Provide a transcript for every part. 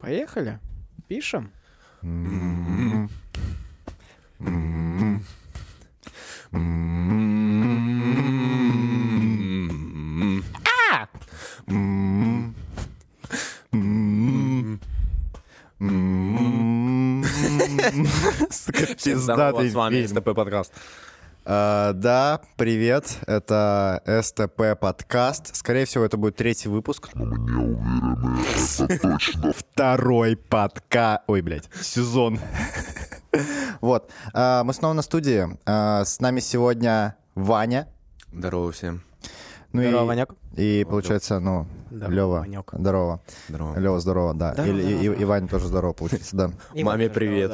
Поехали. Пишем. Здорово, Пиздатый с вами фильм. СТП подкаст. А, Да, привет, это СТП подкаст. Скорее всего, это будет третий выпуск. Второй подка... Ой, блядь, сезон. Вот, А, мы снова на студии. А, С нами сегодня Ваня. Здорово всем. Ну и- Здорово, Ваняк. И, получается, ну, Здорово, Лева. Ванёк. Здорово. Здорово. Лева, здорово, да. Да, И- да, и- да. И Ваня тоже здорово, получается, да. И Маме Ваня, привет.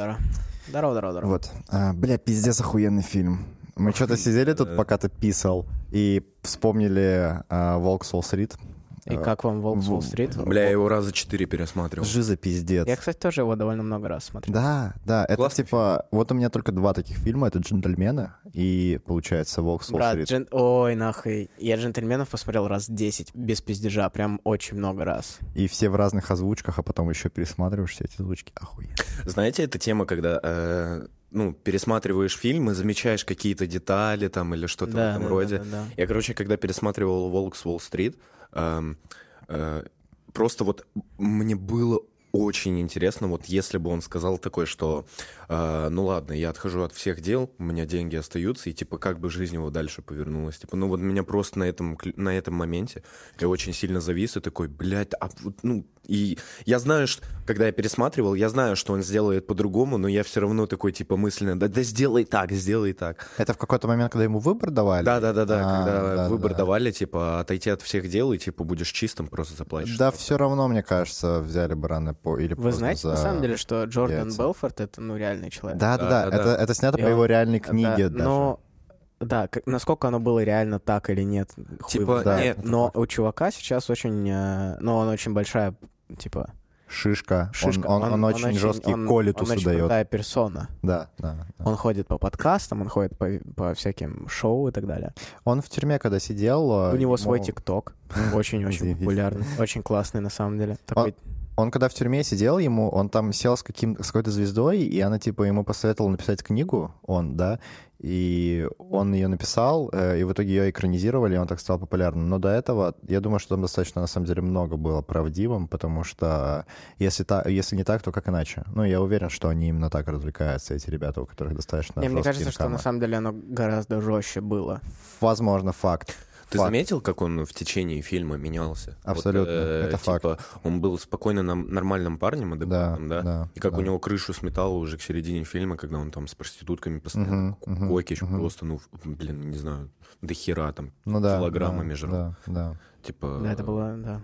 Здорово, здорово, здорово. здорово. Вот. А, бля, пиздец охуенный фильм. Мы что-то сидели тут, пока ты писал, и вспомнили а, «Волк с А, Уолл-стрит». И как вам Волк с в- Уолл-стрит? Бля, я его раза четыре пересматривал. Жиза пиздец. Я, кстати, тоже его довольно много раз смотрел. Да, да, это Классный типа... Вот у меня только два таких фильма. Это «Джентльмены» и, получается, «Волк с Брат, Уолл-стрит». джен- ой, нахуй. Я джентльменов посмотрел раз 10, без пиздежа, прям очень много раз. И все в разных озвучках, а потом еще пересматриваешь все эти озвучки. Охуенно. Знаете, эта тема, когда э, ну, пересматриваешь фильм и замечаешь какие-то детали там или что-то в этом роде. да, да. Я, короче, когда пересматривал «Волк с Уолл-стрит», эм, э, просто вот мне было очень интересно, вот если бы он сказал такое, что э, «Ну ладно, я отхожу от всех дел, у меня деньги остаются», и типа как бы жизнь его дальше повернулась. Типа, ну вот меня просто на этом, кл- на этом моменте я очень сильно завис и такой, блядь, а вот, ну... И я знаю, что, когда я пересматривал, я знаю, что он сделает по-другому, но я все равно такой, типа, мысленно, да, да сделай так, сделай так. Это в какой-то момент, когда ему выбор давали? Да, да, да, да. А, Когда да, выбор да. давали, типа, отойти от всех дел и типа будешь чистым, просто заплачешь. Да, все равно, мне кажется, взяли бы рано по... Или Вы поздно знаете, на за- самом деле, что Джордан яйца. Белфорд — это, ну, реальный человек? Да, да, да. Да, да, Это, это снято И по его он- реальной книге Да, Но, да, как- насколько оно было реально так или нет, хуй Типа, его знает. нет. Но у чувака сейчас очень, э, ну, он очень большая, типа, Шишка. шишка. Он, он- он очень жесткий он- колит Он очень дает. крутая персона. Да, да, да. Он ходит по подкастам, он ходит по, по всяким шоу и так далее. Он в тюрьме, когда сидел... У него свой тикток, очень-очень Заебись. популярный, очень классный на самом деле. Такой, Он когда в тюрьме сидел, ему он там сел с, каким, с какой-то звездой, и она типа ему посоветовала написать книгу, он, да, и он ее написал, э, и в итоге ее экранизировали, и он так стал популярным. Но до этого, я думаю, что там достаточно, на самом деле, много было правдивым, потому что если, та, если не так, то как иначе? Ну, я уверен, что они именно так развлекаются, эти ребята, у которых достаточно Не, мне жесткие кажется, что на инкамы. самом деле оно гораздо жестче было. Возможно, факт. Ты Факт. заметил, как он в течение фильма менялся? Вот, Абсолютно, э, это факт. Типа, он был спокойно нам- нормальным парнем, адекватным, да? И как да. у него крышу сметало уже к середине фильма, когда он там с проститутками постоянно Мгм, мгм, кокич мгм. просто, ну, в- блин, не знаю, до хера там, ну, да, килограммами да, жрал. Да, да. типа... Э. Да, это было, да.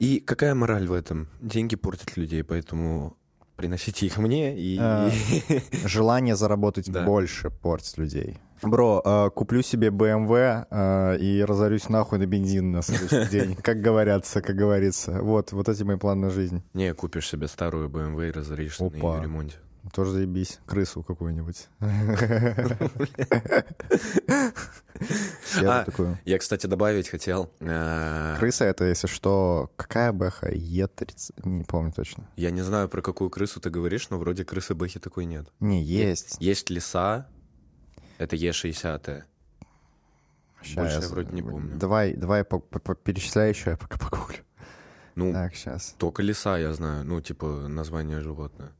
И какая мораль в этом? Деньги портят людей, поэтому приносите их мне и... А. Желание заработать Да. больше портит людей. Бро, э, куплю себе BMW э, и разорюсь нахуй на бензин на следующий день, как говорятся, как говорится. Вот, вот эти мои планы на жизнь. Не, купишь себе старую BMW и разоришься на Опа. ее ремонте. Тоже заебись. Крысу какую-нибудь. Серую А. такую. Я, кстати, добавить хотел. э, Крыса это, если что, какая бэха? Е30? Не помню точно. Я не знаю, про какую крысу ты говоришь, но вроде крысы Бэхи такой нет. Не, есть. Есть лиса, это Е60. Ща Больше я вроде не помню. Давай, давай по- по- по- перечисляй еще, я пока погуглю. Ну, Так, сейчас. только лиса я знаю, ну, типа, название животное.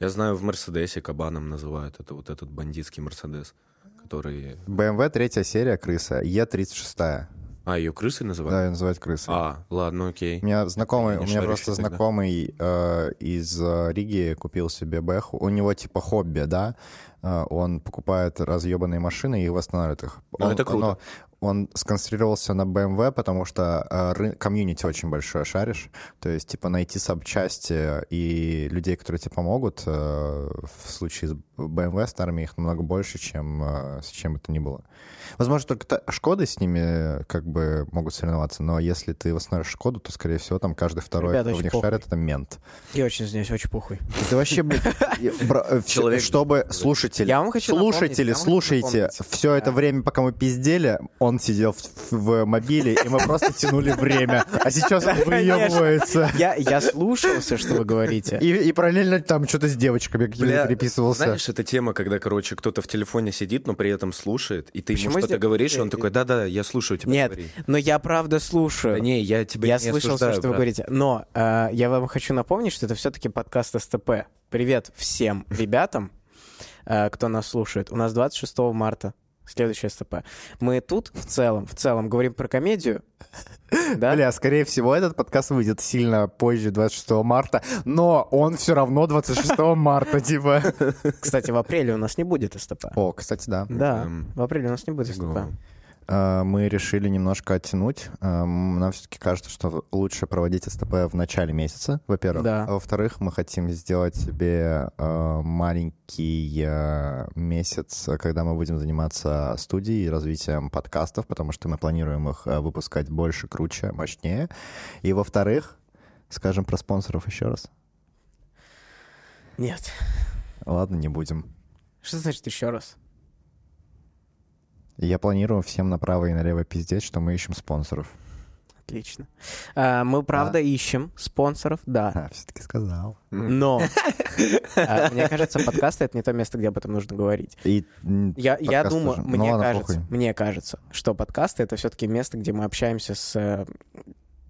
Я знаю, в Мерседесе кабаном называют, это вот этот бандитский Мерседес, который... BMW третья серия крыса, Е36. А, ее крысы Да, называют? ее называют крысой. А, ладно, окей. У меня знакомый, Я у не меня шарю просто еще тогда. знакомый э, из э, Риги купил себе бэху. У него типа хобби, да. Э, он покупает разъебанные машины и восстанавливает их. Ну, Он- это круто. оно- он сконцентрировался на BMW, потому что э, ры- комьюнити очень большое шаришь. То есть, типа, найти запчасти и людей, которые тебе помогут, э, в случае с BMW старыми их намного больше, чем э, с чем бы то ни было. Возможно, только та- Шкоды с ними э, как бы могут соревноваться, но если ты восстановишь Шкоду, то, скорее всего, там каждый второй, Ребята, кто в очень них похуй. шарит, это мент. Я очень извиняюсь, очень похуй. Это вообще, блядь, я- бра- э, всё- Человек- чтобы слушатели, Я вам хочу напомнить, слушатели, я вам хочу слушайте, напомнить. типа, все это время, пока мы пиздели, он он сидел в, в мобиле, и мы просто тянули время. А сейчас он Конечно. выебывается. Я, я слушался, что вы говорите. И, и параллельно там что-то с девочками какими-то Бля, переписывался. Знаешь, это тема, когда, короче, кто-то в телефоне сидит, но при этом слушает, и ты Почему ему что-то здесь- говоришь, и он э, такой, да-да, я слушаю тебя. Нет, говори». но я правда Да слушаю. не, я тебя Я не слышал все, осуждаю, что вы брат. говорите. Но э, я вам хочу напомнить, что это все-таки подкаст СТП. Привет всем ребятам, э, кто нас слушает. У нас 26 марта следующее СТП. Мы тут в целом, в целом говорим про комедию. Да? Бля, скорее всего, этот подкаст выйдет сильно позже, 26 марта, но он все равно 26 марта, типа. Кстати, в апреле у нас не будет СТП. О, кстати, да. Да, Эм, в апреле у нас не будет СТП. Фигово. А, Мы решили немножко оттянуть. Эм, Нам все-таки кажется, что лучше проводить СТП в начале месяца, во-первых. Да. А во-вторых, мы хотим сделать себе э, маленький э, месяц, когда мы будем заниматься студией и развитием подкастов, потому что мы планируем их э, выпускать больше, круче, мощнее. И во-вторых, скажем про спонсоров еще раз. Нет. Ладно, не будем. Что значит еще раз? Я планирую всем направо и налево пиздеть, что мы ищем спонсоров. Отлично. Э, мы правда ищем спонсоров, да. А, все-таки сказал. Но э, мне кажется, подкасты это не то место, где об этом нужно говорить. И, м, Я, я подкаст думаю, тоже. Ну мне ладно, кажется, похуй. мне кажется, что подкасты это все-таки место, где мы общаемся с э,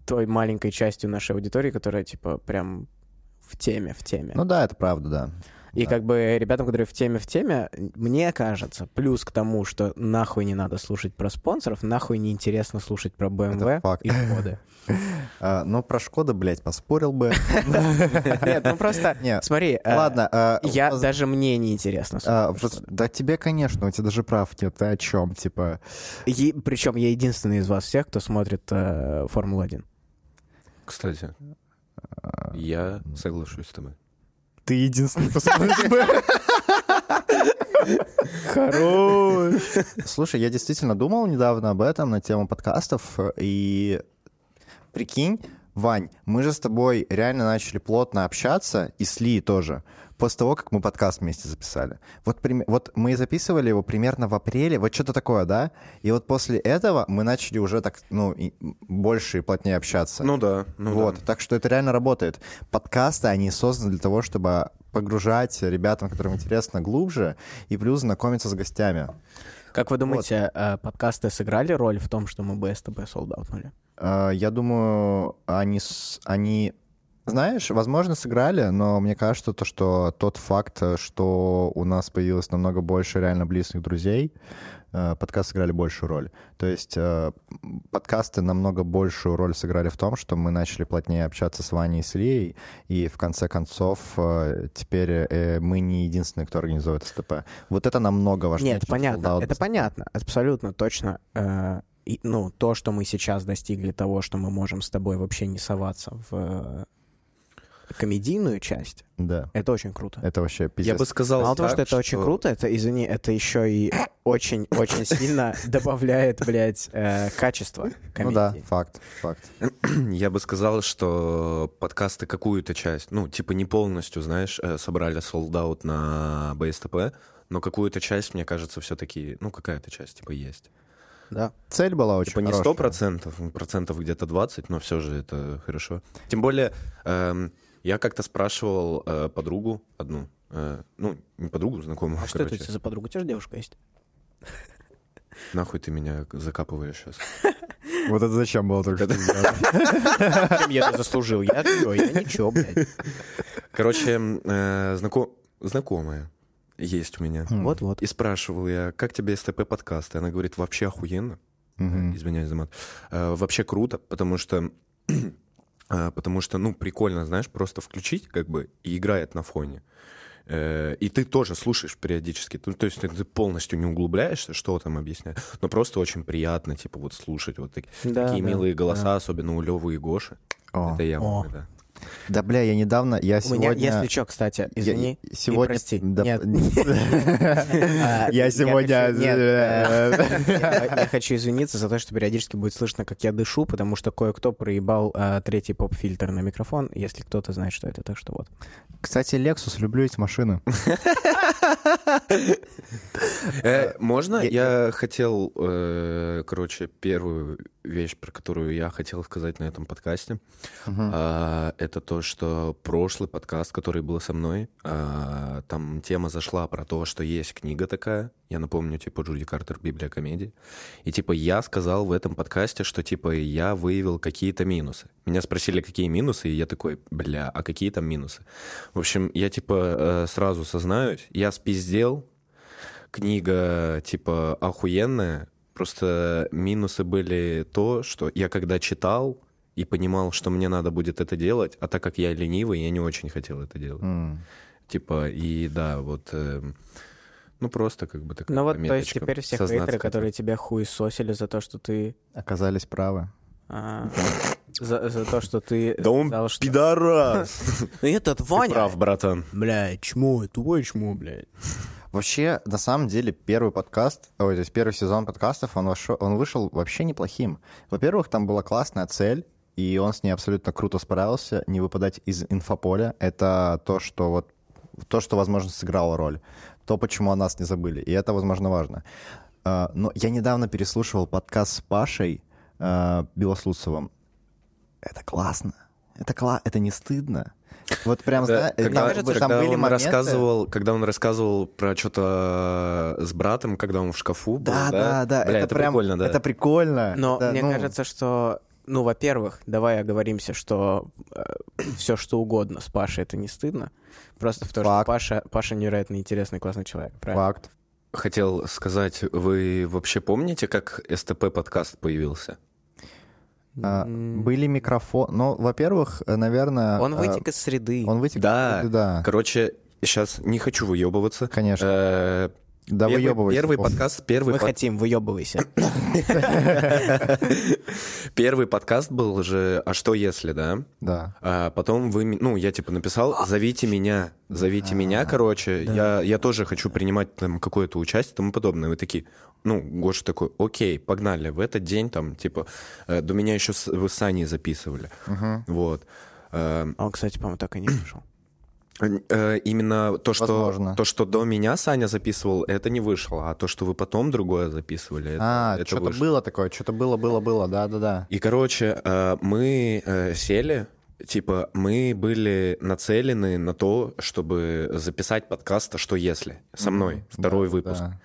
той маленькой частью нашей аудитории, которая типа прям в теме, в теме. Ну да, это правда, да. И да. как бы ребятам, которые в теме, в теме, мне кажется, плюс к тому, что нахуй не надо слушать про спонсоров, нахуй не интересно слушать про BMW факт. и Шкоды. А, ну, про Шкода, блядь, поспорил бы. Нет, ну просто, Нет, смотри, э, Ладно. а, я воз- даже мне не интересно. а, воз- Да тебе, конечно, у тебя даже прав нет. Ты о чем, типа? Причем я единственный из вас всех, кто смотрит э, Формулу-1. Кстати, А, я соглашусь с тобой. Ты единственный, кто смотрит бы. Хорош! Слушай, я действительно думал недавно об этом, на тему подкастов, и прикинь, Вань, мы же с тобой реально начали плотно общаться, и с Ли тоже, после того, как мы подкаст вместе записали. Вот, прим- вот мы записывали его примерно в апреле, вот что-то такое, да? И вот после этого мы начали уже так, ну, и больше и плотнее общаться. Ну да, ну вот, да. так что это реально работает. Подкасты, они созданы для того, чтобы погружать ребятам, которым интересно, глубже, и плюс знакомиться с гостями. Как вы думаете, э, подкасты сыграли роль в том, что мы БСТБ солдаутнули? Э, Я думаю, они, с- они, знаешь, возможно, сыграли, но мне кажется, то, что тот факт, э, что у нас появилось намного больше реально близких друзей, э, подкасты сыграли большую роль. То есть э, м, подкасты намного большую роль сыграли в том, что мы начали плотнее общаться с Ваней и с Лией, и в конце концов э, теперь э, мы не единственные, кто организует СТП. Вот это намного важнее. Нет, чем понятно, солдат. это понятно, абсолютно точно. э, и, ну, то, что мы сейчас достигли того, что мы можем с тобой вообще не соваться в э, комедийную часть, Да, это очень круто. это вообще пиздец. Я бы сказал Мало того, так, что это очень круто, это, извини, это еще и очень-очень сильно добавляет, блядь, э, качество Ну да, комедии. факт, факт. Я бы сказал, что подкасты какую-то часть, ну, типа не полностью, знаешь, э, собрали солдат на БСТП, но какую-то часть, мне кажется, все-таки, ну, какая-то часть, типа, есть. Да. Цель была очень типа не хорошая. сто процентов, процентов где-то 20, но все же это хорошо. Тем более, эм, я как-то спрашивал э, подругу одну, э, ну, не подругу, знакомую, А что это у ну, короче. тебя за подруга? У тебя же девушка есть? Нахуй ты меня закапываешь сейчас. Вот это зачем было только что сделано? Чем я это заслужил? Я чё? Я ничего, блядь. Короче, э, знако- знакомая есть у меня. Вот-вот. И спрашивал я, как тебе СТП подкасты? Она говорит, вообще охуенно. Мгм. Извиняюсь за мат. Э, вообще круто, потому что э, потому что, ну, прикольно, знаешь, просто включить, как бы, и играет на фоне. Э, И ты тоже слушаешь периодически. Ну, то есть ты- ты полностью не углубляешься, что там объясняют, но просто очень приятно, типа, вот слушать вот так- Да, такие да, милые да. голоса, особенно у Левы и Гоши. О, Это я, О. да. Да, бля, я недавно, я У меня, сегодня... если что, кстати, я- извини. и сегодня... прости. Да, Нет. А, Я сегодня... хочу- нет, э, Я хочу извиниться за то, что периодически будет слышно, как я дышу, потому что кое-кто проебал э, третий поп-фильтр на микрофон, если кто-то знает, что это, так что вот. Кстати, Lexus, люблю эти машины. Э, Можно? я- Я хотел, э, короче, первую вещь, про которую я хотел сказать на этом подкасте, Мгм. а, это то, что прошлый подкаст, который был со мной, а, там тема зашла про то, что есть книга такая, я напомню, типа Джуди Картер «Библия комедии», и типа я сказал в этом подкасте, что типа я выявил какие-то минусы. Меня спросили, какие минусы, и я такой, бля, а какие там минусы? В общем, я типа э, сразу сознаюсь, я спиздел, книга типа охуенная, просто минусы были то, что я когда читал и понимал, что мне надо будет это делать, а так как я ленивый, я не очень хотел это делать. М. Типа, и да, вот... эм, ну, просто как бы такая Ну вот, то есть пометочка. теперь все Сознаться хейтеры, хотел. которые тебя хуй сосили за то, что ты... Оказались правы. а, За за то, что ты... Да он сказал, что- пидорас! ну, Этот Ты Ваня... прав, братан. Бля, чмо, тупое чмо, блядь. Вообще, на самом деле, первый подкаст, ой, то есть первый сезон подкастов, он, вошел, он вышел вообще неплохим. Во-первых, там была классная цель, и он с ней абсолютно круто справился, не выпадать из инфополя. Это то, что вот то, что, возможно, сыграло роль. То, почему о нас не забыли. И это, возможно, важно. А, Но я недавно переслушивал подкаст с Пашей а, Белослуцевым. Это классно. Это, кла- это не стыдно. Вот прям, Да, зна- э, когда, там, кажется, там когда были он моменты- рассказывал, когда он рассказывал про что-то с братом, когда он в шкафу был, Да, да, да. Бля, это, прям- прикольно, да. Это прикольно. Но Да, мне ну, кажется, что... Ну, во-первых, давай оговоримся, что все что угодно с Пашей это не стыдно. Просто потому Факт. что Паша, Паша невероятно интересный, классный человек. Правильно? Факт. Хотел сказать, вы вообще помните, как СТП подкаст появился? А, М, Были микрофон... Ну, во-первых, э, наверное... Он э, вытек из среды. Он вытек. Да. Типа, Да, Короче, сейчас не хочу выебываться. конечно. Э, Да, первый, выебывайся. первый О, подкаст, Мы первый, под- хотим, выебывайся. первый подкаст был же. А что если, да? Да. А потом вы, ми- ну, я типа написал, зовите меня, зовите меня, короче, Да. я, я тоже хочу принимать там какое-то участие и тому подобное. Вы такие, ну, Гоша такой, окей, погнали, в этот день там, типа, э, до меня еще с, вы с Саней записывали, Мгм. вот. Э, А Он, кстати, по-моему, так и не вышел. э, именно то что, Возможно. то, что до меня Саня записывал, это не вышло, а то, что вы потом другое записывали, это, А, это что-то вышло. было такое, что-то было, было, было, да, да, да. И, короче, э, мы э, сели, типа, мы были нацелены на то, чтобы записать подкаст «А что если?» со мной, второй выпуск. Да.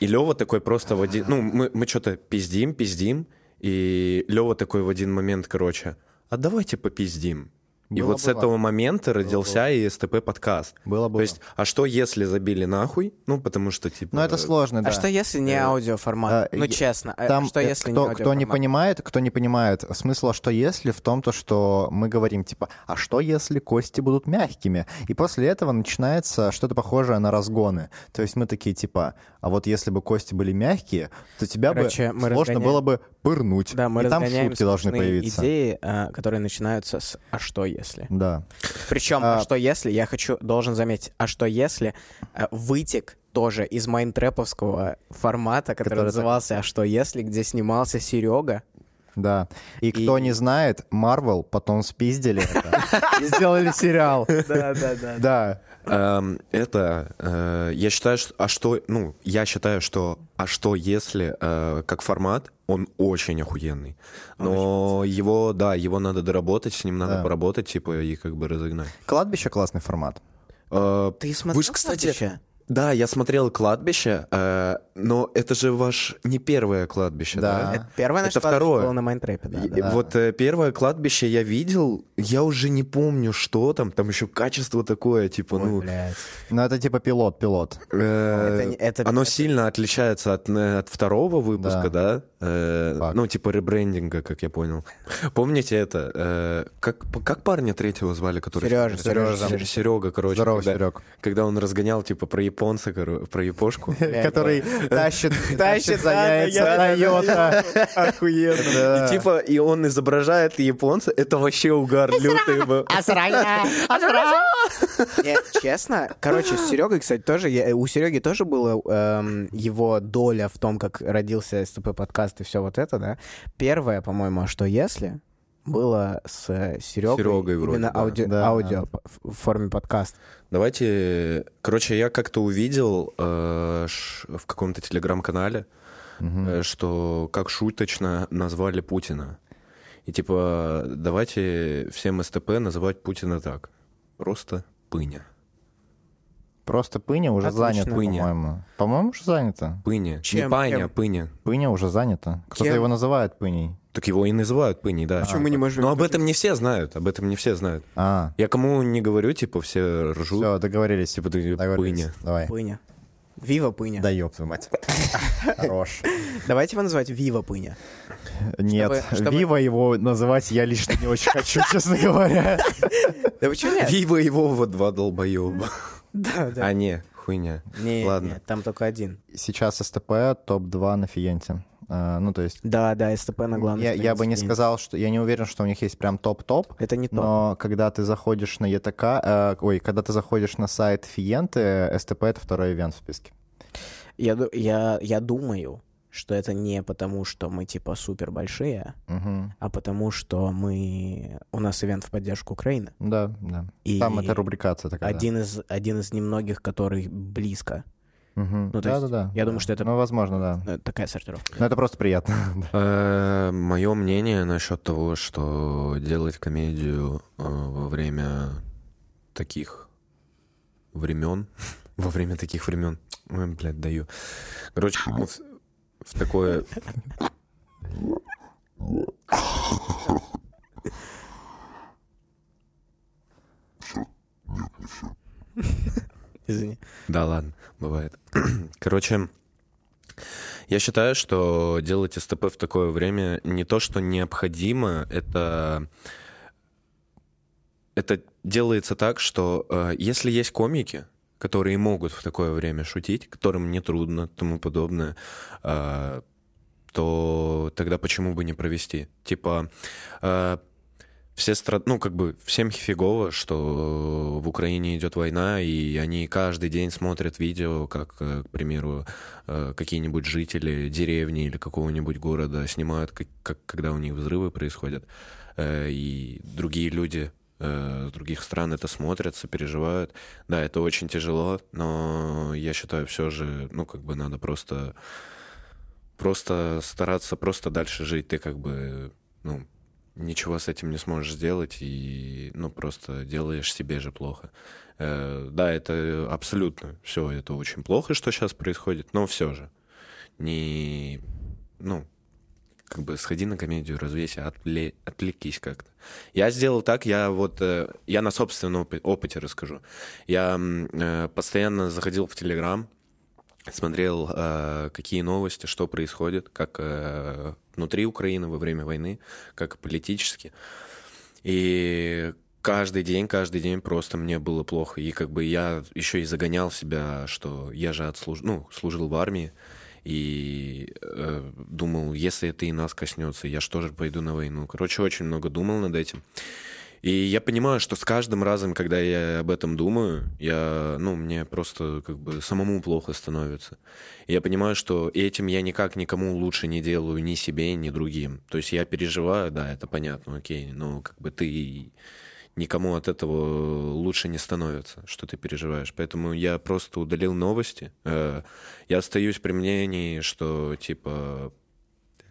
И Лева такой просто в один... Ну, мы, мы что-то пиздим, пиздим, и Лева такой в один момент, короче, а давайте попиздим. и Было, вот с было. этого момента родился и СТП подкаст. Было, было. То есть, а что если забили нахуй? Ну, потому что, типа... Но это сложно, да. А что если не аудиоформат? э, Ну, я- честно, а Там, что э, если кто, не кто не аудиоформат? понимает, кто не понимает, смысл «а что если» в том, то, что мы говорим, типа, а что если кости будут мягкими? И после этого начинается что-то похожее на разгоны. То есть мы такие, типа, а вот если бы кости были мягкие, то тебя Короче, бы мы сложно разгоняем- было бы пырнуть. Да, мы И там разгоняем шутки должны скучные появиться. идеи, а, которые начинаются с «а что если?». Да. Причем А. «а что если?» я хочу, должен заметить, «а что если?» э, вытек тоже из майнтреповского формата, который, Который так- назывался «а что если?», где снимался Серега. Да. И, И- кто не знает, Марвел потом спиздили это и сделали сериал. Да-да-да. Да. Эм, это э, я считаю, что а что, ну я считаю, что а что если э, как формат он очень охуенный, но его да его надо доработать, с ним надо Да. поработать типа и как бы разогнать. Кладбище классный формат. Э, Ты смотрел ж, кстати, «Кладбище»? да, я смотрел кладбище, э, но это же ваш не первое кладбище, да? Да. Это первое наше Это кладбище второе. было на майнтрепе, да, И- да. Вот э, первое кладбище я видел, я уже не помню, что там, там еще качество такое, типа, ну, Блядь. Но это типа пилот, пилот. Э, Это не- это- Оно это- сильно отличается от, э, от второго выпуска, да? Э, Факт. ну, типа ребрендинга, как я понял. Помните это? э, как, как парня третьего звали, который... Серёжа, Серёжа, Серёжа. Серёга, короче. Здорово, когда, Серег. когда он разгонял, типа, про японца, короче, про япошку. Который Э, тащит, тащит за да, яйца да, Тойота. И Да. типа, и он изображает японца, это вообще угар лютый был. Не, честно, короче, с Серегой, кстати, тоже, я- э, у Сереги тоже была эм, его доля в том, как родился СТП подкаст и все вот это, да. Первое, по-моему, а что если было с э, Серегой, Серёгой вроде, именно да. аудио, Да, аудио п- в форме подкаста. Давайте, короче, я как-то увидел э, ш- в каком-то телеграм-канале, э, что как шуточно назвали Путина. И типа, давайте всем СТП называть Путина так. Просто пыня. Просто пыня уже Отлично. занята, Пыня. по-моему. По-моему, уже занята. Пыня. Чем? Не паня, Кем? а пыня. Пыня уже занята. Кто-то Кем? его называет пыней. Так его и называют пыней, да. А Почему мы не можем Но об этом не все знают, об этом не все знают. А, Я кому не говорю, типа, все ржут. все, договорились. Типа, ты Договорились. пыня. Давай. Пыня. Вива Пыня. Да ёб твою мать. Хорош. Давайте его называть Вива Пыня. Нет, чтобы- Вива его называть я лично не очень хочу, честно говоря. Да почему нет? Вива его вот два долбоеба. Да, да. А не, хуйня. Не, Ладно. не, там только один. Сейчас СТП топ-2 на Фиенте. А, Ну, то есть, Да, да, СТП на главной я, я бы не странице. сказал, что... Я не уверен, что у них есть прям топ-топ, Это не то. но когда ты заходишь на ЕТК... э, ой, когда ты заходишь на сайт Фиенты, СТП — это второй ивент в списке. Я, ду- я, я думаю, что это не потому, что мы типа супер большие, Мгм. а потому, что мы у нас ивент в поддержку Украины. Да, да. И Там это рубрикация такая. да. один из один из немногих, который близко. Мгм. ну, то есть, Да-да-да. я думаю, что это- Ну, возможно, да. Э, Такая сортировка. Но это просто приятно. Мое Э, мнение насчет того, что делать комедию э, во время таких времен, во время таких времен, Ой, блядь, даю. Короче, в, в такое... Извини. Да ладно, бывает. Короче, я считаю, что делать СТП в такое время не то, что необходимо, это... Это делается так, что э, если есть комики, которые могут в такое время шутить, которым не трудно, тому подобное, э, то тогда почему бы не провести? Типа, э, все страд... ну, как бы всем фигово, что э, в Украине идет война, и они каждый день смотрят видео, как, э, к примеру, э, какие-нибудь жители деревни или какого-нибудь города снимают, как, как- когда у них взрывы происходят, Э, и другие люди э, с других стран это смотрят, сопереживают. Да, это очень тяжело, но я считаю, все же, ну, как бы надо просто просто стараться просто дальше жить. Ты как бы, ну, ничего с этим не сможешь сделать, и, ну, просто делаешь себе же плохо. Э, да, это абсолютно все, это очень плохо, что сейчас происходит, но все же. Не, ну, как бы сходи на комедию, развейся, отвле- отвлекись как-то. Я сделал так, я вот, э, я на собственном опы- опыте расскажу. Я м, э, постоянно заходил в Телеграм, смотрел, э, какие новости, что происходит, как э, внутри Украины во время войны, как политически. И каждый день, каждый день просто мне было плохо. И как бы я еще и загонял себя, что я же отслужил, ну, служил в армии. И э, думал, если это и нас коснется, я что же пойду на войну. Короче, очень много думал над этим. И я понимаю, что с каждым разом, когда я об этом думаю, я, ну, мне просто как бы самому плохо становится. И я понимаю, что этим я никак никому лучше не делаю, ни себе, ни другим. То есть я переживаю, да, это понятно, окей, но как бы ты никому от этого лучше не становится, что ты переживаешь. Поэтому я просто удалил новости. Э, Я остаюсь при мнении, что типа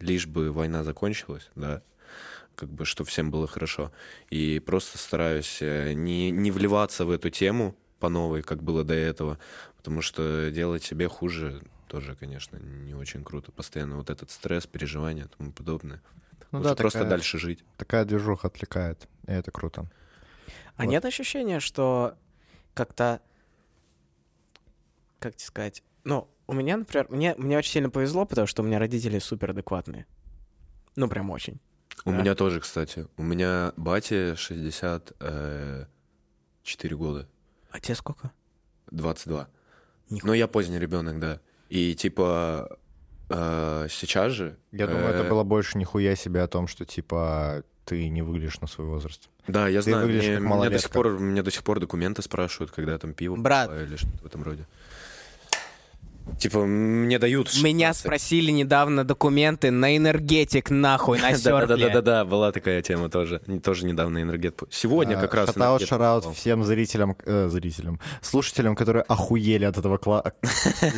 лишь бы война закончилась, да, как бы, чтобы всем было хорошо. И просто стараюсь э, не, не вливаться в эту тему по новой, как было до этого, потому что делать себе хуже тоже, конечно, не очень круто. Постоянно вот этот стресс, переживания и тому подобное. Ну Лучше просто такая- дальше жить. Такая движуха отвлекает, и это круто. А Вот. нет ощущения, что как-то, как тебе сказать, ну, у меня, например, мне, мне очень сильно повезло, потому что у меня родители супер адекватные. Ну, прям очень. У Да. меня тоже, кстати. У меня бате э, 64 года, А тебе сколько? 22. Нихуя. Но я поздний ребенок, да. И типа э, сейчас же... Я думаю, э, это было больше нихуя себе о том, что, типа, ты не выглядишь на свой возраст. Да, я Ты знаю, выглядишь мне, как меня до малолетка. сих пор, меня до сих пор документы спрашивают, когда там пиво Брат. покупаю или что-то в этом роде. Типа, мне дают... Меня 16. спросили недавно документы на энергетик, нахуй, на серфле. Да-да-да, была такая тема тоже. Не- Тоже недавно энергет... по- Сегодня как А, раз... Шатаут, энергет шараут покупал. всем зрителям, э, зрителям, слушателям, которые охуели от этого, кла- от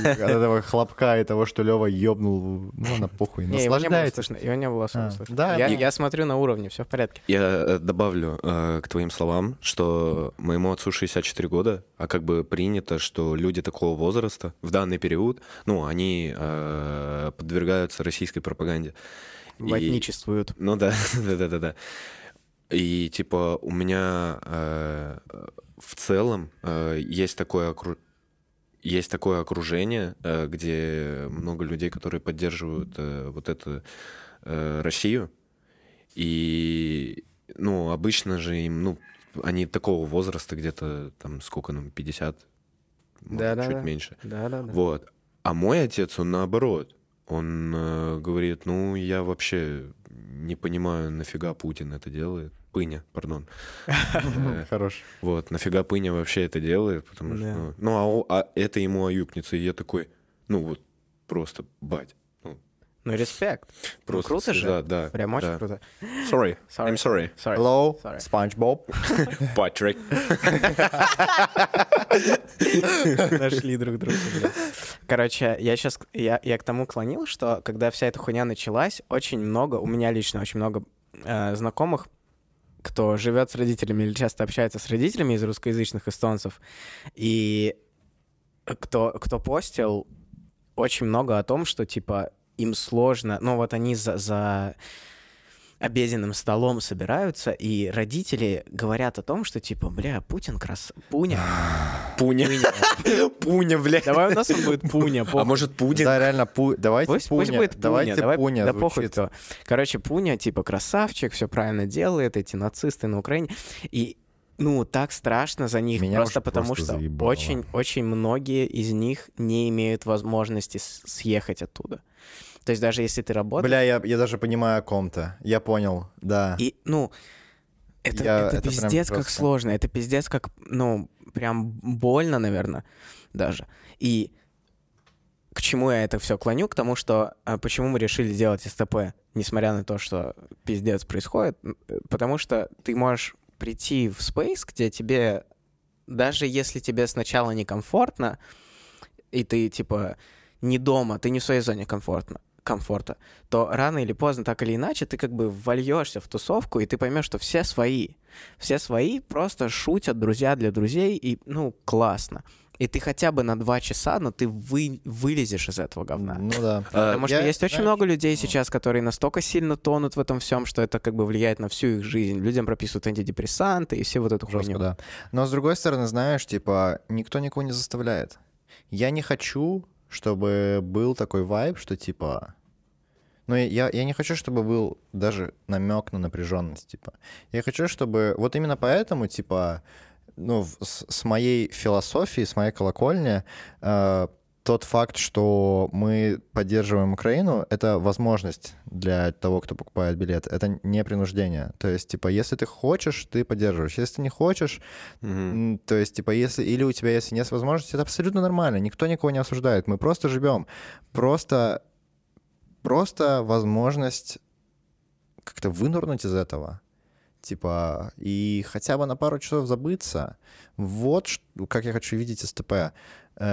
этого хлопка и того, что Лева ёбнул. Ну, на похуй. Не, его не было Наслаждайтесь. слышно. Его не было особо А, слышно. да, я, да. я смотрю на уровне, все в порядке. Я э, добавлю э, к твоим словам, что моему отцу 64 года, а как бы принято, что люди такого возраста в данный период, ну, они э, подвергаются российской пропаганде. И- Ватничествуют. Ну да, да, да, да, да. И типа у меня э, в целом э, есть такое окру- есть такое окружение, э, где много людей, которые поддерживают э, вот эту э, Россию. И ну обычно же им ну они такого возраста где-то там сколько нам 50, может, Да-да-да. чуть меньше. Да-да-да. Вот. А мой отец, он наоборот. Он э, говорит, ну, я вообще не понимаю, нафига Путин это делает. Пыня, пардон. Э, Ну, Хорош. Вот, нафига Пыня вообще это делает, потому что... Да. ну, Ну, а о- а это ему аюкнется, и я такой, ну, вот, просто, бать. Ну, респект. Просто круто же. слеза, Да, Прям очень да. круто. Sorry, Sorry. I'm sorry, Sorry. Hello, Sorry. Спанч Боб. Patrick. Нашли друг друга. бля. Короче, я сейчас я, я к тому клонил, что когда вся эта хуйня началась, очень много, у меня лично очень много э, знакомых, кто живет с родителями или часто общается с родителями из русскоязычных эстонцев, и кто, кто постил очень много о том, что типа им сложно, ну вот они за, за обеденным столом собираются, и родители говорят о том, что типа, бля, Путин крас... Пуня, Пуня. Пуня, блядь. Давай у нас он будет Пуня. А похуй. может, Пудин? Да, реально, пу- давайте Пусть, Пуня. пусть будет Пуня. давайте давай- Пуня да похуй звучит. кто. Короче, Пуня, типа, красавчик, все правильно делает, эти нацисты на Украине. И, ну, так страшно за них, Меня просто уже потому просто что заебало. очень-очень многие из них не имеют возможности с- съехать оттуда. То есть даже если ты работаешь... Бля, я, я даже понимаю о ком-то. Я понял, да. И, ну, это, Я- это это прям пиздец как жестко. сложно, это пиздец как, ну, прям больно, наверное, даже. И к чему я это все клоню? К тому, что а, почему мы решили делать СТП, несмотря на то, что пиздец происходит, М, э, потому что ты можешь прийти в Space, где тебе, даже если тебе сначала некомфортно, и ты, типа, не дома, ты не в своей зоне комфортно, комфорта, то рано или поздно, так или иначе, ты как бы вольешься в тусовку, и ты поймешь, что все свои. Все свои просто шутят, друзья для друзей, и, ну, классно. И ты хотя бы на два часа, но ты вы, вылезешь из этого говна. Ну да. А, Потому что я- есть очень знаешь, много людей ну. сейчас, которые настолько сильно тонут в этом всем, что это как бы влияет на всю их жизнь. Людям прописывают антидепрессанты и все вот эту Жестко, хуйню. да. Но с другой стороны, знаешь, типа, никто никого не заставляет. Я не хочу, чтобы был такой вайб, что типа. Ну, я- я, я не хочу, чтобы был даже намек на напряженность, типа. Я хочу, чтобы. Вот именно поэтому, типа, ну, в- с, с моей философии, с моей колокольни, э, тот факт, что мы поддерживаем Украину, это возможность для того, кто покупает билет. Это не принуждение. То есть, типа, если ты хочешь, ты поддерживаешь. Если ты не хочешь, Мгм. М, То есть, типа, если или у тебя, если нет возможности, это абсолютно нормально. Никто никого не осуждает. Мы просто живем. Просто, просто возможность как-то вынурнуть из этого. Типа, и хотя бы на пару часов забыться. Вот ш- как я хочу видеть СТП. Э,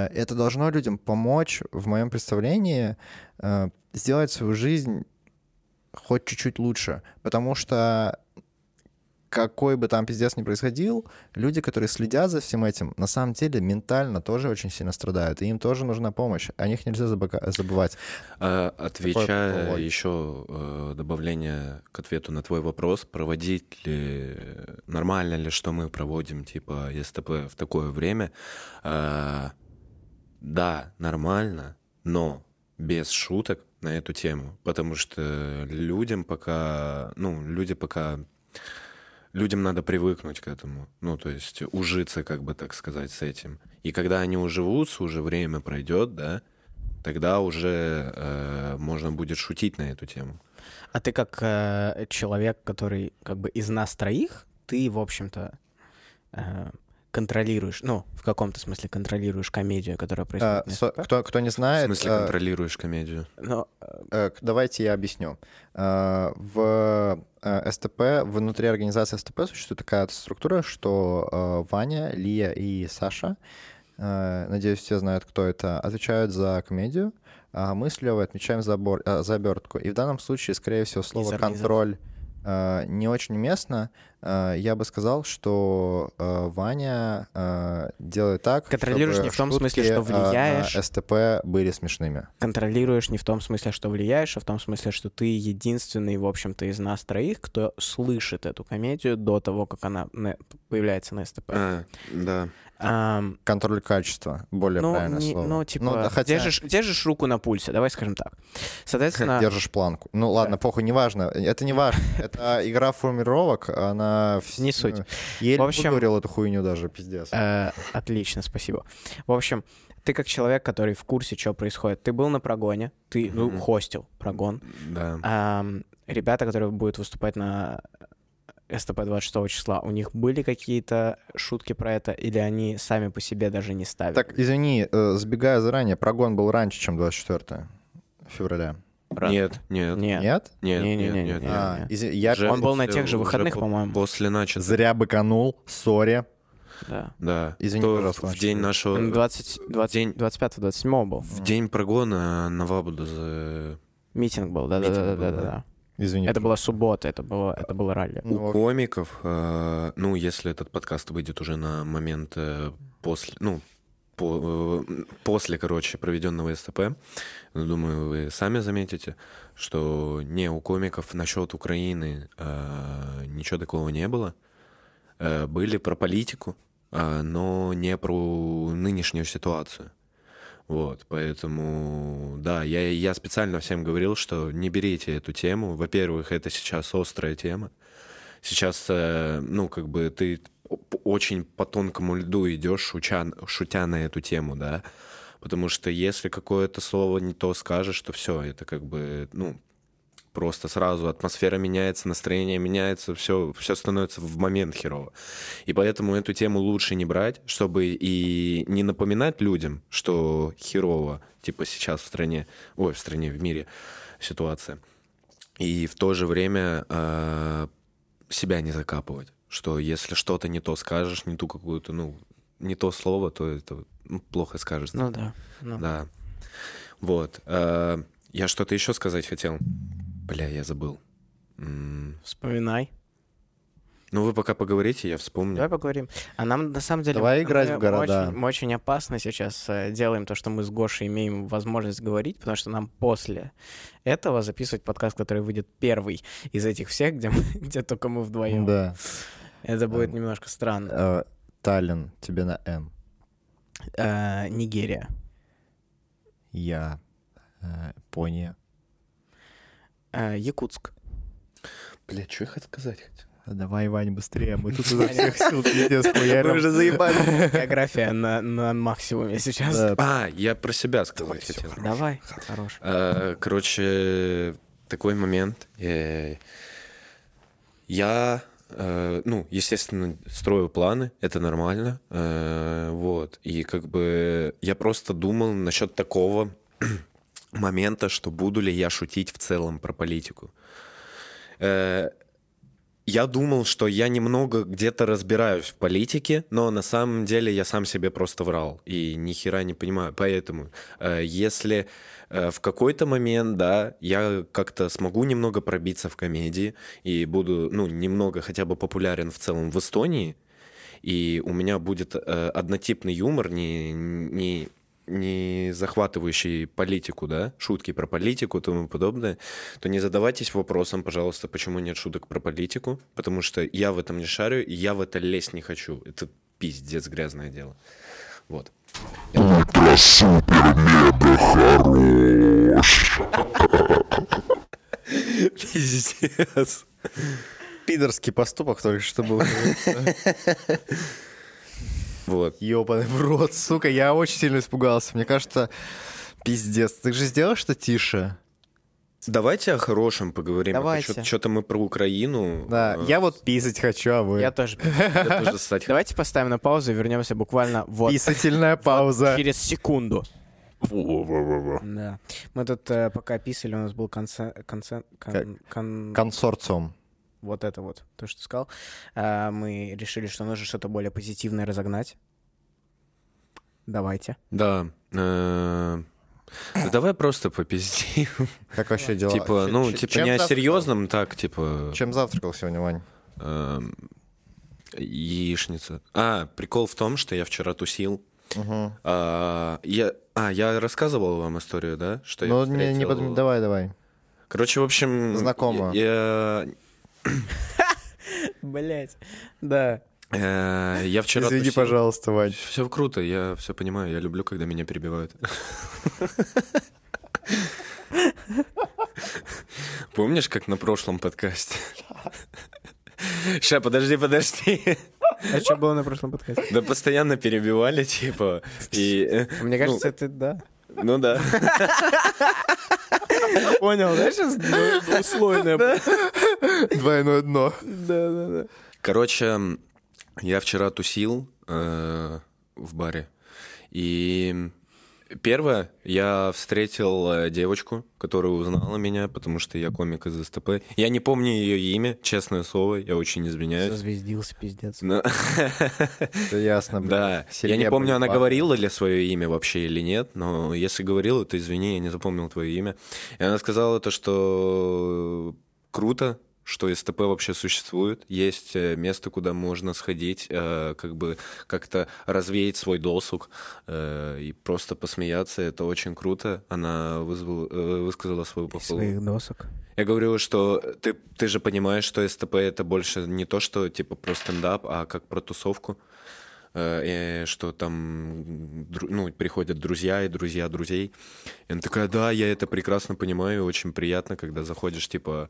Это должно людям помочь, в моем представлении, э, сделать свою жизнь хоть чуть-чуть лучше. Потому что какой бы там пиздец ни происходил, люди, которые следят за всем этим, на самом деле ментально тоже очень сильно страдают, и им тоже нужна помощь. О них нельзя забыка- забывать. А, Отвечая такое. еще э, добавление к ответу на твой вопрос, проводить ли нормально ли, что мы проводим типа СТП в такое время? А, Да, нормально, но без шуток на эту тему, потому что людям пока, ну люди пока людям надо привыкнуть к этому. Ну, то есть ужиться, как бы так сказать, с этим. И когда они уживутся, уже время пройдет, да, тогда уже э, можно будет шутить на эту тему. А ты как э, человек, который как бы из нас троих, ты, в общем-то, э, контролируешь, ну, в каком-то смысле контролируешь комедию, которая происходит Э, на со- СТП. кто, кто не В знает, смысле, э, контролируешь комедию. Но, э, Э, к- Давайте я объясню. Э, В э, СТП, внутри организации СТП существует такая структура, что э, Ваня, Лия и Саша, э, надеюсь, все знают, кто это, отвечают за комедию, а мы с Левой отмечаем за, обор- э, за обертку. И в данном случае, скорее всего, слово организации. «контроль» э, не очень уместно. Э, Я бы сказал, что э, Ваня э, делает так, Контролируешь чтобы не в том смысле, шутки, что э, на влияешь. СТП были смешными. контролируешь не в том смысле, что влияешь, а в том смысле, что ты единственный, в общем-то, из нас троих, кто слышит эту комедию до того, как она на- появляется на СТП. А, да. Ам, Контроль качества, более ну, А, правильное не- слово. ну, типа, да, хотя держишь, держишь руку на пульсе, давай скажем так. Соответственно, держишь планку. Ну ладно, похуй, неважно. Это не важно. Это игра формировок, она... вс- Не суть. ну, Еле В общем- выговорил эту хуйню даже, пиздец. Э, Отлично, спасибо. В общем, ты как человек, который в курсе, что происходит, ты был на прогоне, ты ну, Мгм. хостил прогон. Да. Ам, Ребята, которые будут выступать на СТП 26 числа, у них были какие-то шутки про это, или они сами по себе даже не ставили? Так, извини, э, сбегая заранее, прогон был раньше, чем 24 февраля. Правда. Нет, нет, нет, Нет. Нет? нет, Не-не-не-не, нет, не, нет. А, не. изв- я Уже Он был на после- тех же уже выходных, по- по-моему. После начат. зря быканул, сори. да. Ну, Да. Извини, То пожалуйста, В Маша. день нашего... 20, 20, Э, День- 25 27 был. В день прогона на Вабуду за... Митинг был, да, да, Митинг да, да, был, да, да. да. Извини. Это была суббота, это было, это было ралли. Ну, У ок. комиков, э, ну, если этот подкаст выйдет уже на момент э, после, ну, по- э, после, короче, проведенного СТП, ну, думаю, вы сами заметите, что не у комиков насчет Украины э, ничего такого не было. Э, были про политику, э, но не про нынешнюю ситуацию. Вот, поэтому, да, я, я специально всем говорил, что не берите эту тему. Во-первых, это сейчас острая тема. Сейчас, э, ну, как бы ты о- п- очень по тонкому льду идешь, шутя, шутя на эту тему, да. Потому что если какое-то слово не то скажешь, то все, это как бы, ну, просто сразу атмосфера меняется, настроение меняется, все, все становится в момент херово. И поэтому эту тему лучше не брать, чтобы и не напоминать людям, что херово, типа сейчас в стране, ой, в стране, в мире ситуация. И в то же время э, себя не закапывать, что если что-то не то скажешь, не ту какую-то, ну, не то слово, то это ну, плохо скажется. Ну да. ну. Да. Вот. э, Я что-то еще сказать хотел. Бля, я забыл. М, Вспоминай. Ну, вы пока поговорите, я вспомню. Давай поговорим. А нам на самом деле... Давай мы- играть мы в города. Очень, мы очень опасно сейчас э, делаем то, что мы с Гошей имеем возможность говорить, потому что нам после этого записывать подкаст, который выйдет первый из этих всех, где, мы- где только мы вдвоем. Да. Это будет немножко странно. Э, Таллин, тебе на Н. Э, Нигерия. Я. э, Пония. Э, Якутск. Бля, что я сказать хотел? Давай, Вань, быстрее, мы тут изо всех сил пиздец хуярим. заебали. География на, на максимуме сейчас. Да, А, я про себя сказать хотел. Давай. Хорош. Э, Короче, такой момент. Э, Я, э, ну, естественно, строю планы, это нормально. Э, Вот. И как бы я просто думал насчет такого момента, что буду ли я шутить в целом про политику. Э, Я думал, что я немного где-то разбираюсь в политике, но на самом деле я сам себе просто врал и ни хера не понимаю. Поэтому, э, если э, в какой-то момент, да, я как-то смогу немного пробиться в комедии и буду, ну, немного хотя бы популярен в целом в Эстонии, и у меня будет э, однотипный юмор, не, не, не захватывающий политику, да, шутки про политику и тому подобное, то не задавайтесь вопросом, пожалуйста, почему нет шуток про политику, потому что я в этом не шарю, и я в это лезть не хочу. Это пиздец грязное дело. Вот. Пиздец. Пидорский поступок только что был. Вот. Ёбаный в рот, сука, я очень сильно испугался. Мне кажется, пиздец. Ты же сделал что тише? Давайте о хорошем поговорим. Давайте. Что-то мы про Украину. Да, э, я вот писать хочу, а вы? Я тоже. я тоже, кстати, Давайте поставим на паузу и вернемся буквально вот Писательная пауза. через секунду. Да. Мы тут э, пока писали, у нас был конце... конце кон- Как? кон- Консорциум. вот это вот, то, что ты сказал. А, мы решили, что нужно что-то более позитивное разогнать. Давайте. Да. э, да Давай просто попиздим. Как вообще дела? Типа, Ч- ну, ч- типа чем не о завтракал? серьезном, так, типа... Чем завтракал сегодня, Вань? эм, Яичница. А, прикол в том, что я вчера тусил. Мгм. А, я, а, я рассказывал вам историю, да? Что я Ну, не, не встретил- под- давай, давай. Короче, в общем... Знакомо. Я, Блять. Да. э, я вчера Извини, тусил. пожалуйста, Вань. Все круто, я все понимаю, я люблю, когда меня перебивают. Помнишь, как на прошлом подкасте? Ща, подожди, подожди. А что было на прошлом подкасте? Да постоянно перебивали, типа. И, э, Мне ну, кажется, это да. Ну да. Понял, да, сейчас двуслойное. Двойное дно. Да, да, да. Короче, м, я вчера тусил э, в баре. И первое, я встретил э, девочку, которая узнала меня, потому что я комик из СТП. Я не помню ее имя, честное слово, я очень извиняюсь. Созвездился, пиздец. Но- Да ясно, блин. Да, я не Сильнее помню, она пахнет. говорила ли свое имя вообще или нет, но если говорила, то извини, я не запомнил твое имя. И она сказала то, что круто, что СТП вообще существует, есть э, место, куда можно сходить, э, как бы как-то развеять свой досуг э, и просто посмеяться, это очень круто. Она вызвала- э, высказала свою похвалу. Своих досок. Я говорю, что ты, ты же понимаешь, что СТП это больше не то, что типа про стендап, а как про тусовку. Э, и что там дру- ну, приходят друзья и друзья друзей. И она такая, да, я это прекрасно понимаю, и очень приятно, когда заходишь, типа,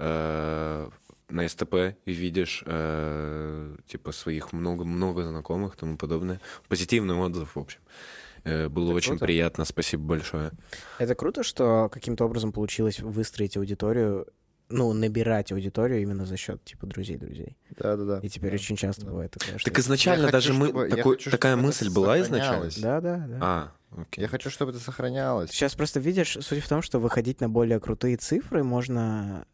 э, на СТП и видишь, э, типа, своих много-много знакомых и тому подобное. Позитивный отзыв, в общем. Э, было очень круто. приятно, спасибо большое. Это круто, что каким-то образом получилось выстроить аудиторию, ну, набирать аудиторию именно за счет, типа, друзей-друзей. Да-да-да. И теперь очень часто бывает такое, что... Так изначально Я даже хочу, мы чтобы- я такой- хочу, такая чтобы это мысль была изначально. сохранялось. Да, да, да. А, окей. Я хочу, чтобы это сохранялось. Сейчас просто видишь, суть в том, что выходить на более крутые цифры можно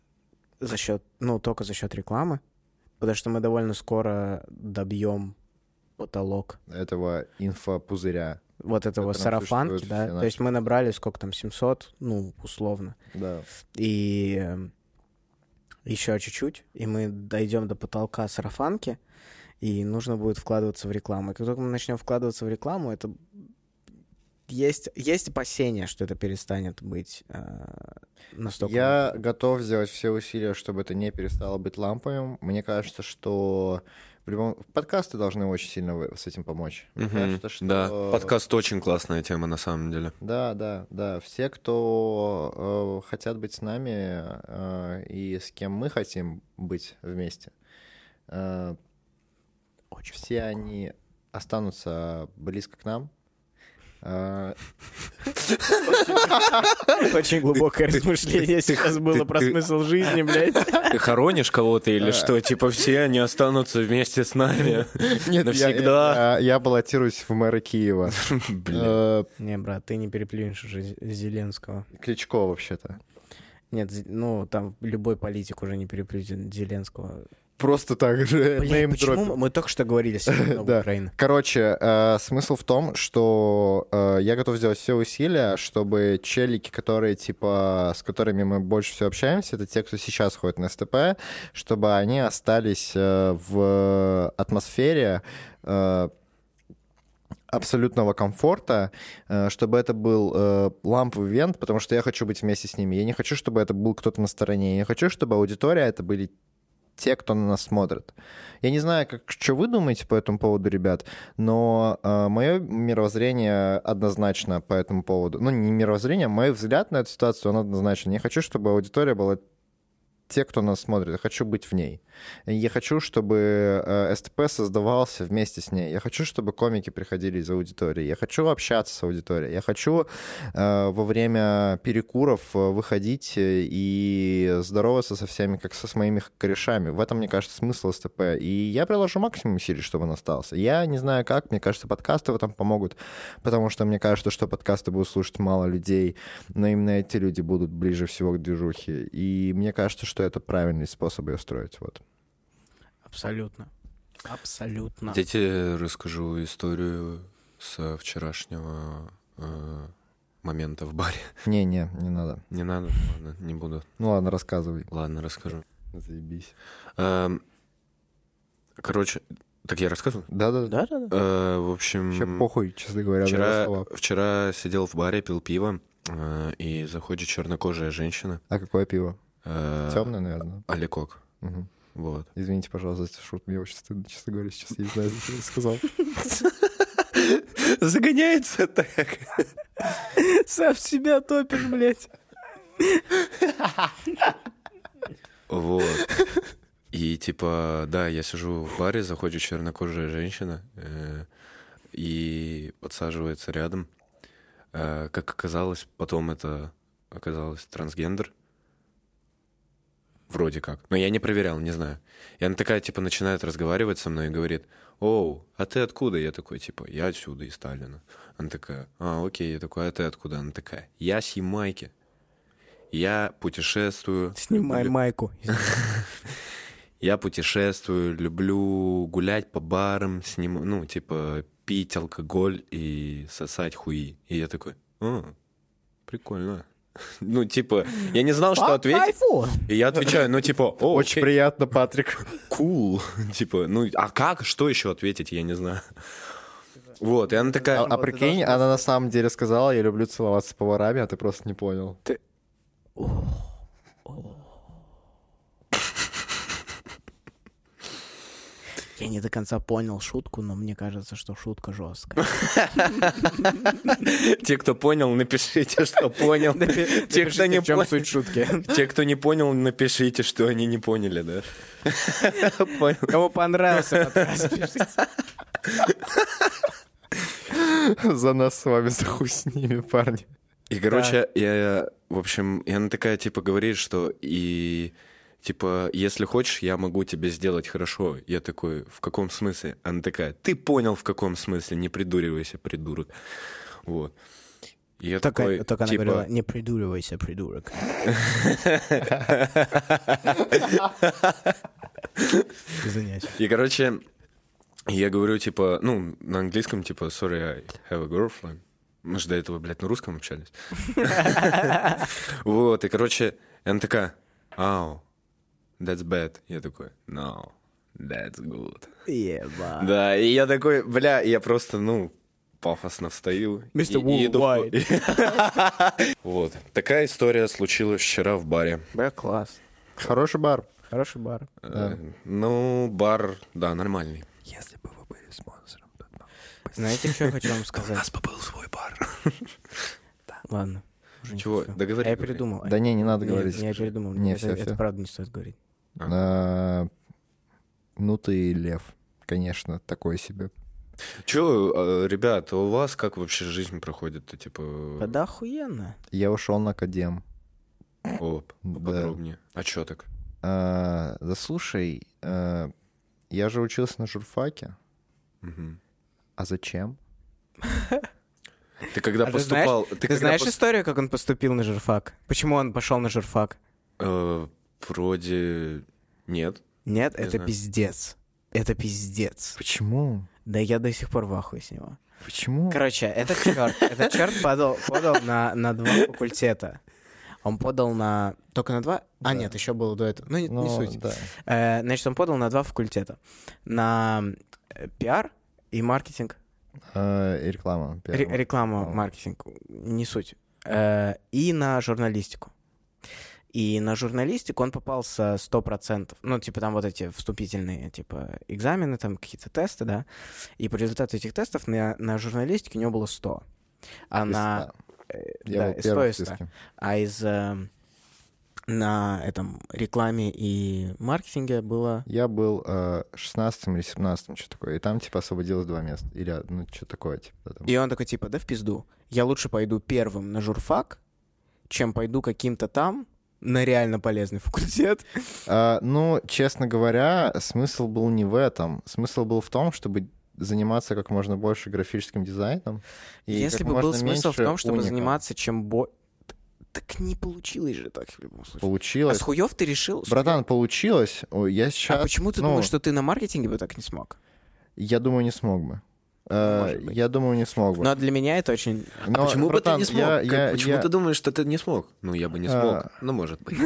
за счет, ну, только за счет рекламы, потому что мы довольно скоро добьем потолок Этого инфопузыря. вот этого Который сарафанки, существует да. все То есть мы набрали сколько там, 700, ну, условно. Да. И еще чуть-чуть, и мы дойдем до потолка сарафанки, и нужно будет вкладываться в рекламу. И как только мы начнем вкладываться в рекламу, это есть, есть опасения, что это перестанет быть э, настолько... Я готов сделать все усилия, чтобы это не перестало быть ламповым. Мне кажется, что в любом... подкасты должны очень сильно в- с этим помочь. Мне Мгм, кажется, что... Да, подкаст очень классная тема на самом деле. Да, да, да. Все, кто э, хотят быть с нами э, и с кем мы хотим быть вместе, э, Очень все они останутся близко к нам. Э, Очень глубокое ты- размышление ты- сейчас было ты- про ты- смысл жизни, блядь. Ты хоронишь кого-то или Да. что? Типа все они останутся вместе с нами. Нет, я- Навсегда. Я, я баллотируюсь в мэры Киева. Блин. Э, Не, брат, ты не переплюнешь уже З- Зеленского. Кличко вообще-то. Нет, З- ну, там любой политик уже не переплюнет Зеленского. Просто так же. Блин, неймдропим. почему мы- мы только что говорили с Да. Украины? Короче, э, смысл в том, что э, я готов сделать все усилия, чтобы челики, которые типа с которыми мы больше всего общаемся, это те, кто сейчас ходит на СТП, чтобы они остались э, в атмосфере э, абсолютного комфорта, э, чтобы это был э, ламповый ивент, потому что я хочу быть вместе с ними. Я не хочу, чтобы это был кто-то на стороне. Я хочу, чтобы аудитория это были те, кто на нас смотрит. Я не знаю, как, что вы думаете по этому поводу, ребят, но мое мировоззрение однозначно по этому поводу. Ну, не мировоззрение, а мой взгляд на эту ситуацию, он однозначен. Я хочу, чтобы аудитория была те, кто нас смотрит, я хочу быть в ней. Я хочу, чтобы э, СТП создавался вместе с ней. Я хочу, чтобы комики приходили из аудитории. Я хочу общаться с аудиторией. Я хочу э, во время перекуров э, выходить и здороваться со всеми, как со с моими корешами. В этом, мне кажется, смысл СТП. И я приложу максимум усилий, чтобы он остался. Я не знаю как, мне кажется, подкасты в этом помогут, потому что мне кажется, что подкасты будут слушать мало людей, но именно эти люди будут ближе всего к движухе. И мне кажется, что это правильный способ ее строить. Вот. Абсолютно. Абсолютно. Я тебе расскажу историю со вчерашнего э, момента в баре. Не-не, не надо. Не надо, ладно, не буду. Ну ладно, рассказывай. Ладно, расскажу. Заебись. Эм, короче, так я рассказываю? Да-да-да. Да-да-да. Э, в общем... Вообще похуй, честно говоря, на его Вчера, слова. вчера сидел в баре, пил пиво, э, и заходит чернокожая женщина. А какое пиво? э, Темное, наверное. Аликок. Мгм. Вот. Извините, пожалуйста, за шут. Мне очень стыдно, честно говоря, сейчас я не знаю, зачем я сказал. Загоняется так. Сам себя топишь, блядь. Вот. И типа, да, я сижу в баре, заходит чернокожая женщина э, и подсаживается рядом. Э, как оказалось, потом это оказалось трансгендер. Вроде как. Но я не проверял, не знаю. И она такая, типа, начинает разговаривать со мной и говорит, «Оу, а ты откуда?» Я такой, типа, «Я отсюда, из Сталина». Она такая, «А, окей». Я такой, «А ты откуда?» Она такая, «Я с Ямайки. Я путешествую». Снимай люблю- майку. я путешествую, люблю гулять по барам, сним... ну, типа, пить алкоголь и сосать хуи. И я такой, «А, прикольно. Ну, типа, я не знал, что По ответить. кайфу. И я отвечаю, ну, типа, о, Очень очень приятно, Патрик. кул. Типа, ну, а как, что еще ответить, я не знаю. Вот, и она такая, А, а прикинь, она на самом деле сказала, я люблю целоваться с поварами, а ты просто не понял. Я не до конца понял шутку, но мне кажется, что шутка жесткая. те, кто понял, напишите, что понял. Те, кто не в чем понял. суть шутки. Те, кто не понял, напишите, что они не поняли, да? Понял. Кому понравился подкаст, пишите. За нас с вами, за хуй с ними, парни. И, короче, я, в общем, и она такая, типа, говорит, что и, типа, если хочешь, я могу тебе сделать хорошо. Я такой, в каком смысле? Она такая, ты понял, в каком смысле, не придуривайся, придурок. Вот. И я Так, такой, так она типа, говорила, не придуривайся, придурок. Извиняюсь. И, короче, я говорю, типа, ну, на английском, типа, sorry, I have a girlfriend. Мы же до этого, блядь, на русском общались. Вот, и, короче, и она такая, ау, that's bad. Я такой, no, that's good. Еба. Да, и я такой, бля, и я просто, ну, пафосно встаю. и- Mr. и иду в клуб. Вот, такая история случилась вчера в баре. Бля, класс. Хороший бар. Хороший бар. Э, Ну, бар, да, нормальный. Если бы вы были спонсором, Знаете, что я хочу вам сказать? бы был свой бар. Ладно. уже не Чего? хочу. Договори, А Я договори. передумал. Да не, не надо Нет, говорить. Я передумал. Не, Это- всё, Это всё. правда не стоит говорить. А, Ну ты лев, конечно, такой себе. Че, ребят, а у вас как вообще жизнь проходит? Типа, Да охуенно. Я ушел на кадем. о, Да. поподробнее. А чё так? А, Да слушай, а, я же учился на журфаке. Мгм. А зачем? Ты когда А ты поступал... Ты Ты когда знаешь пос- историю, как он поступил на журфак? Почему он пошел на журфак? Э, Вроде... Нет. Нет, Не это знаю. пиздец. Это пиздец. Почему? Да я до сих пор в ахуе с него. Почему? Короче, этот черт, этот черт подал, подал на, на два факультета. Он подал на... Только на два? А, Да. нет, еще было до этого. Ну, не, не Ну, суть. да. Э, значит, он подал на два факультета. На э, пиар и маркетинг. А, и Реклама. Ре- первая. реклама, По-моему. маркетинг, не суть. Э, и на журналистику. И на журналистику он попался 100%. Ну, типа там вот эти вступительные, типа, экзамены, там какие-то тесты, да. И по результату этих тестов на, на журналистике у него было 100. А Из- на... да. э, Я да, был из первый 100 из в 100. списке. А из эм, на этом рекламе и маркетинге было... Я был э, 16 или 17 что такое, и там, типа, освободилось два места. Или, ну, что такое, типа, да, там. И он такой, типа, да в пизду. Я лучше пойду первым на журфак, чем пойду каким-то там на реально полезный факультет. А, ну, честно говоря, смысл был не в этом. Смысл был в том, чтобы заниматься как можно больше графическим дизайном. и Если как бы был можно смысл в меньше том, чтобы уником. заниматься чем бо... Так не получилось же так в любом случае. А Получилось. с хуев ты решил? с Братан, получилось. Ой, я сейчас... А почему ты ну, думаешь, что ты на маркетинге бы так не смог? Я думаю, не смог бы. Э, Может быть. я думаю, не смог бы. Но для меня это очень... а Но, почему братан, бы ты не смог? я- Как- я- почему я- ты думаешь, что ты не смог? Ну, я бы не смог. А. Ну, может быть.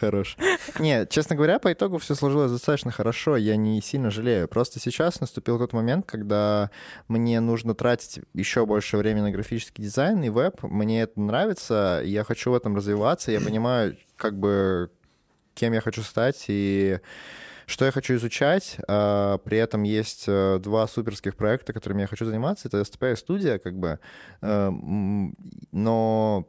Хорош. Нет, честно говоря, по итогу все сложилось достаточно хорошо, я не сильно жалею. Просто сейчас наступил тот момент, когда мне нужно тратить еще больше времени на графический дизайн и веб. Мне это нравится, я хочу в этом развиваться, я понимаю, как бы, кем я хочу стать и что я хочу изучать. А, При этом есть э, два суперских проекта, которыми я хочу заниматься. Это СТП и студия, как бы. Э, м, Но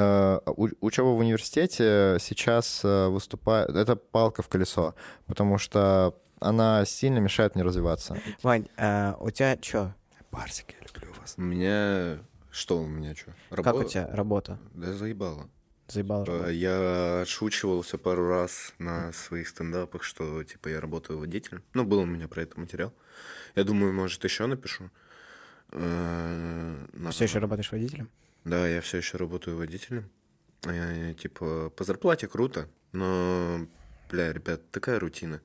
Э, учеба в университете сейчас э, выступает... Это палка в колесо, потому что она сильно мешает мне развиваться. Вань, а у тебя что? Барсик, я люблю вас. У меня... Что у меня что? Как у тебя работа? Да заебало. Заебал Э, Я отшучивался пару раз на своих стендапах, что типа я работаю водителем. Ну, был у меня про это материал. Я думаю, может, еще напишу. Э, Все Все еще работаешь водителем? Да, я все еще работаю водителем. Э, Типа, по зарплате круто, но, бля, ребят, такая рутина.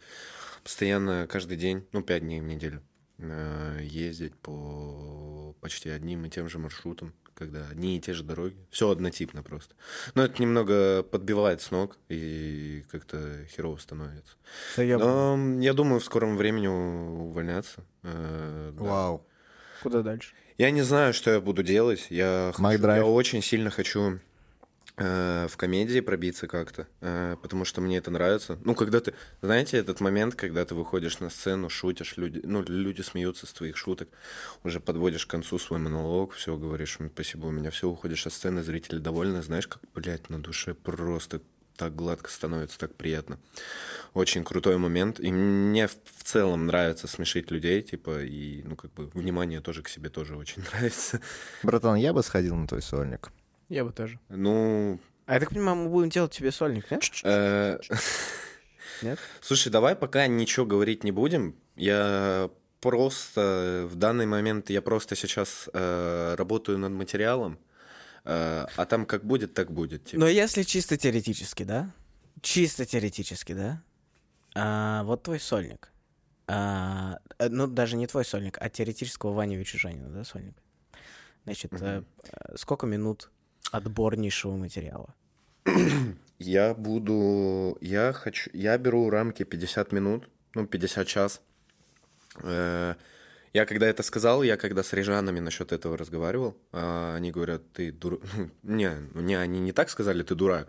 Постоянно каждый день, ну, пять дней в неделю, э, ездить по почти одним и тем же маршрутам, когда одни и те же дороги. Все однотипно просто. Но это немного подбивает с ног и как-то херово становится. Ну. Но м, я думаю, в скором времени у- увольняться. Э, да. Вау. Куда дальше? Я не знаю, что я буду делать. Я, хочу- Макдрайв. я очень сильно хочу э, в комедии пробиться как-то, э, потому что мне это нравится. Ну, когда ты, знаете, этот момент, когда ты выходишь на сцену, шутишь, люди, ну, люди смеются с твоих шуток, уже подводишь к концу свой монолог, все говоришь, «М, спасибо, у меня все, уходишь со сцены, зрители довольны, знаешь, как, блядь, на душе просто так гладко становится, так приятно. Очень крутой момент. И мне в в целом нравится смешить людей, типа, и, ну, как бы, внимание тоже к себе тоже очень нравится. Братан, я бы сходил на твой сольник. Я бы тоже. Ну, А я так понимаю, мы будем делать тебе сольник, да? э, Нет? Слушай, давай пока ничего говорить не будем. Я просто в данный момент я просто сейчас э, работаю над материалом, э, а там как будет, так будет. типа. Но если чисто теоретически, да? Чисто теоретически, да? А, вот твой сольник. А, э, ну, даже не твой сольник, а теоретического Вани Вичужанина, да, сольник? Значит, э, э, сколько минут отборнейшего материала? Я буду, я хочу, я беру рамки 50 минут, ну 50 час. Э, Я когда это сказал, я когда с рижанами насчет этого разговаривал, а они говорят, ты дур... Не, ну, не, они не так сказали, ты дурак.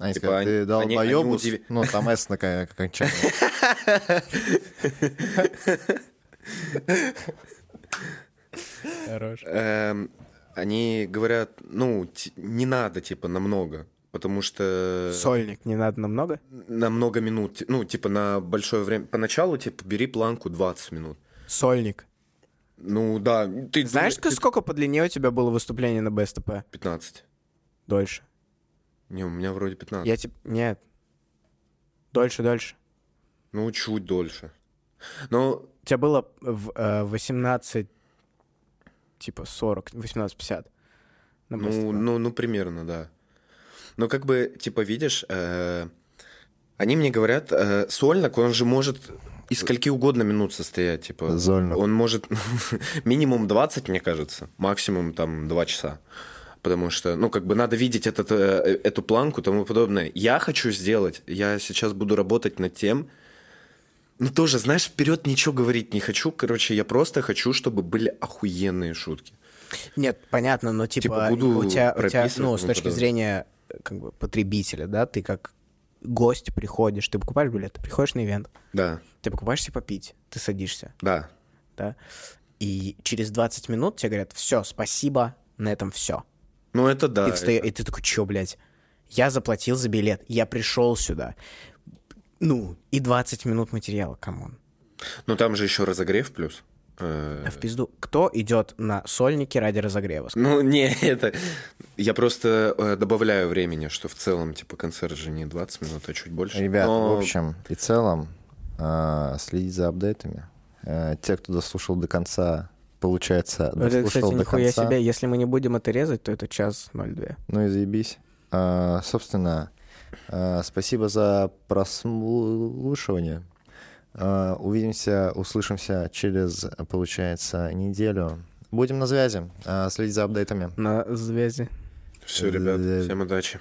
Они Типа сказали, они- А ты дал они- они удиви- Ну, там «С» на кон- окончании. Хорош. Эм, Они говорят, ну, ти- не надо, типа, намного, потому что... Сольник не надо намного? На много минут, ти- ну, типа, на большое время. Поначалу, типа, бери планку 20 минут. Сольник. Ну, да, ты... Знаешь, ты- сколько по длине у тебя было выступление на БСТП? 15. Дольше. Не, у меня вроде 15. Я тебе... Нет. Дольше, дольше. Ну, чуть дольше. Ну, У тебя было в э, 18, типа 40, 18-50. на ну, BSTP. ну, ну, примерно, да. Но как бы, типа, видишь, э, они мне говорят, э, сольник, он же может из скольки угодно минут состоять, типа. Зольник. Он может минимум 20, мне кажется, максимум там 2 часа. Потому что, ну, как бы надо видеть этот, э, эту планку, тому подобное. Я хочу сделать, я сейчас буду работать над тем, ну, тоже, знаешь, вперед ничего говорить не хочу. Короче, я просто хочу, чтобы были охуенные шутки. Нет, понятно, но типа, Типа, буду у тебя, у тебя, прописывать, ну, ну, с точки потом. зрения э, как бы потребителя, да, ты как гость приходишь, ты покупаешь билет, ты приходишь на ивент, Да, ты покупаешь себе попить, ты садишься, да. да, и через 20 минут тебе говорят, все, спасибо, на этом все. Ну, это да. Ты встаешь, и ты такой, чё, блядь? Я заплатил за билет, я пришел сюда. Ну, и 20 минут материала, камон. Ну там же еще разогрев плюс. Э, Да А В пизду. Кто идет на сольники ради разогрева? Ну, не, это... Я просто э, добавляю времени, что в целом, типа, концерт же не 20 минут, а чуть больше. Ребят, Но- в общем и целом, а, следить за апдейтами. Э, Те, кто дослушал до конца, получается, Вот дослушал Это, Э, кстати, до нихуя конца. себе. Если мы не будем это резать, то это час 02. Ну и заебись. А, собственно, а, спасибо за прослушивание. А, увидимся, услышимся через, получается, неделю. Будем на связи. А, следить за апдейтами. На связи. Все, ребят, всем удачи.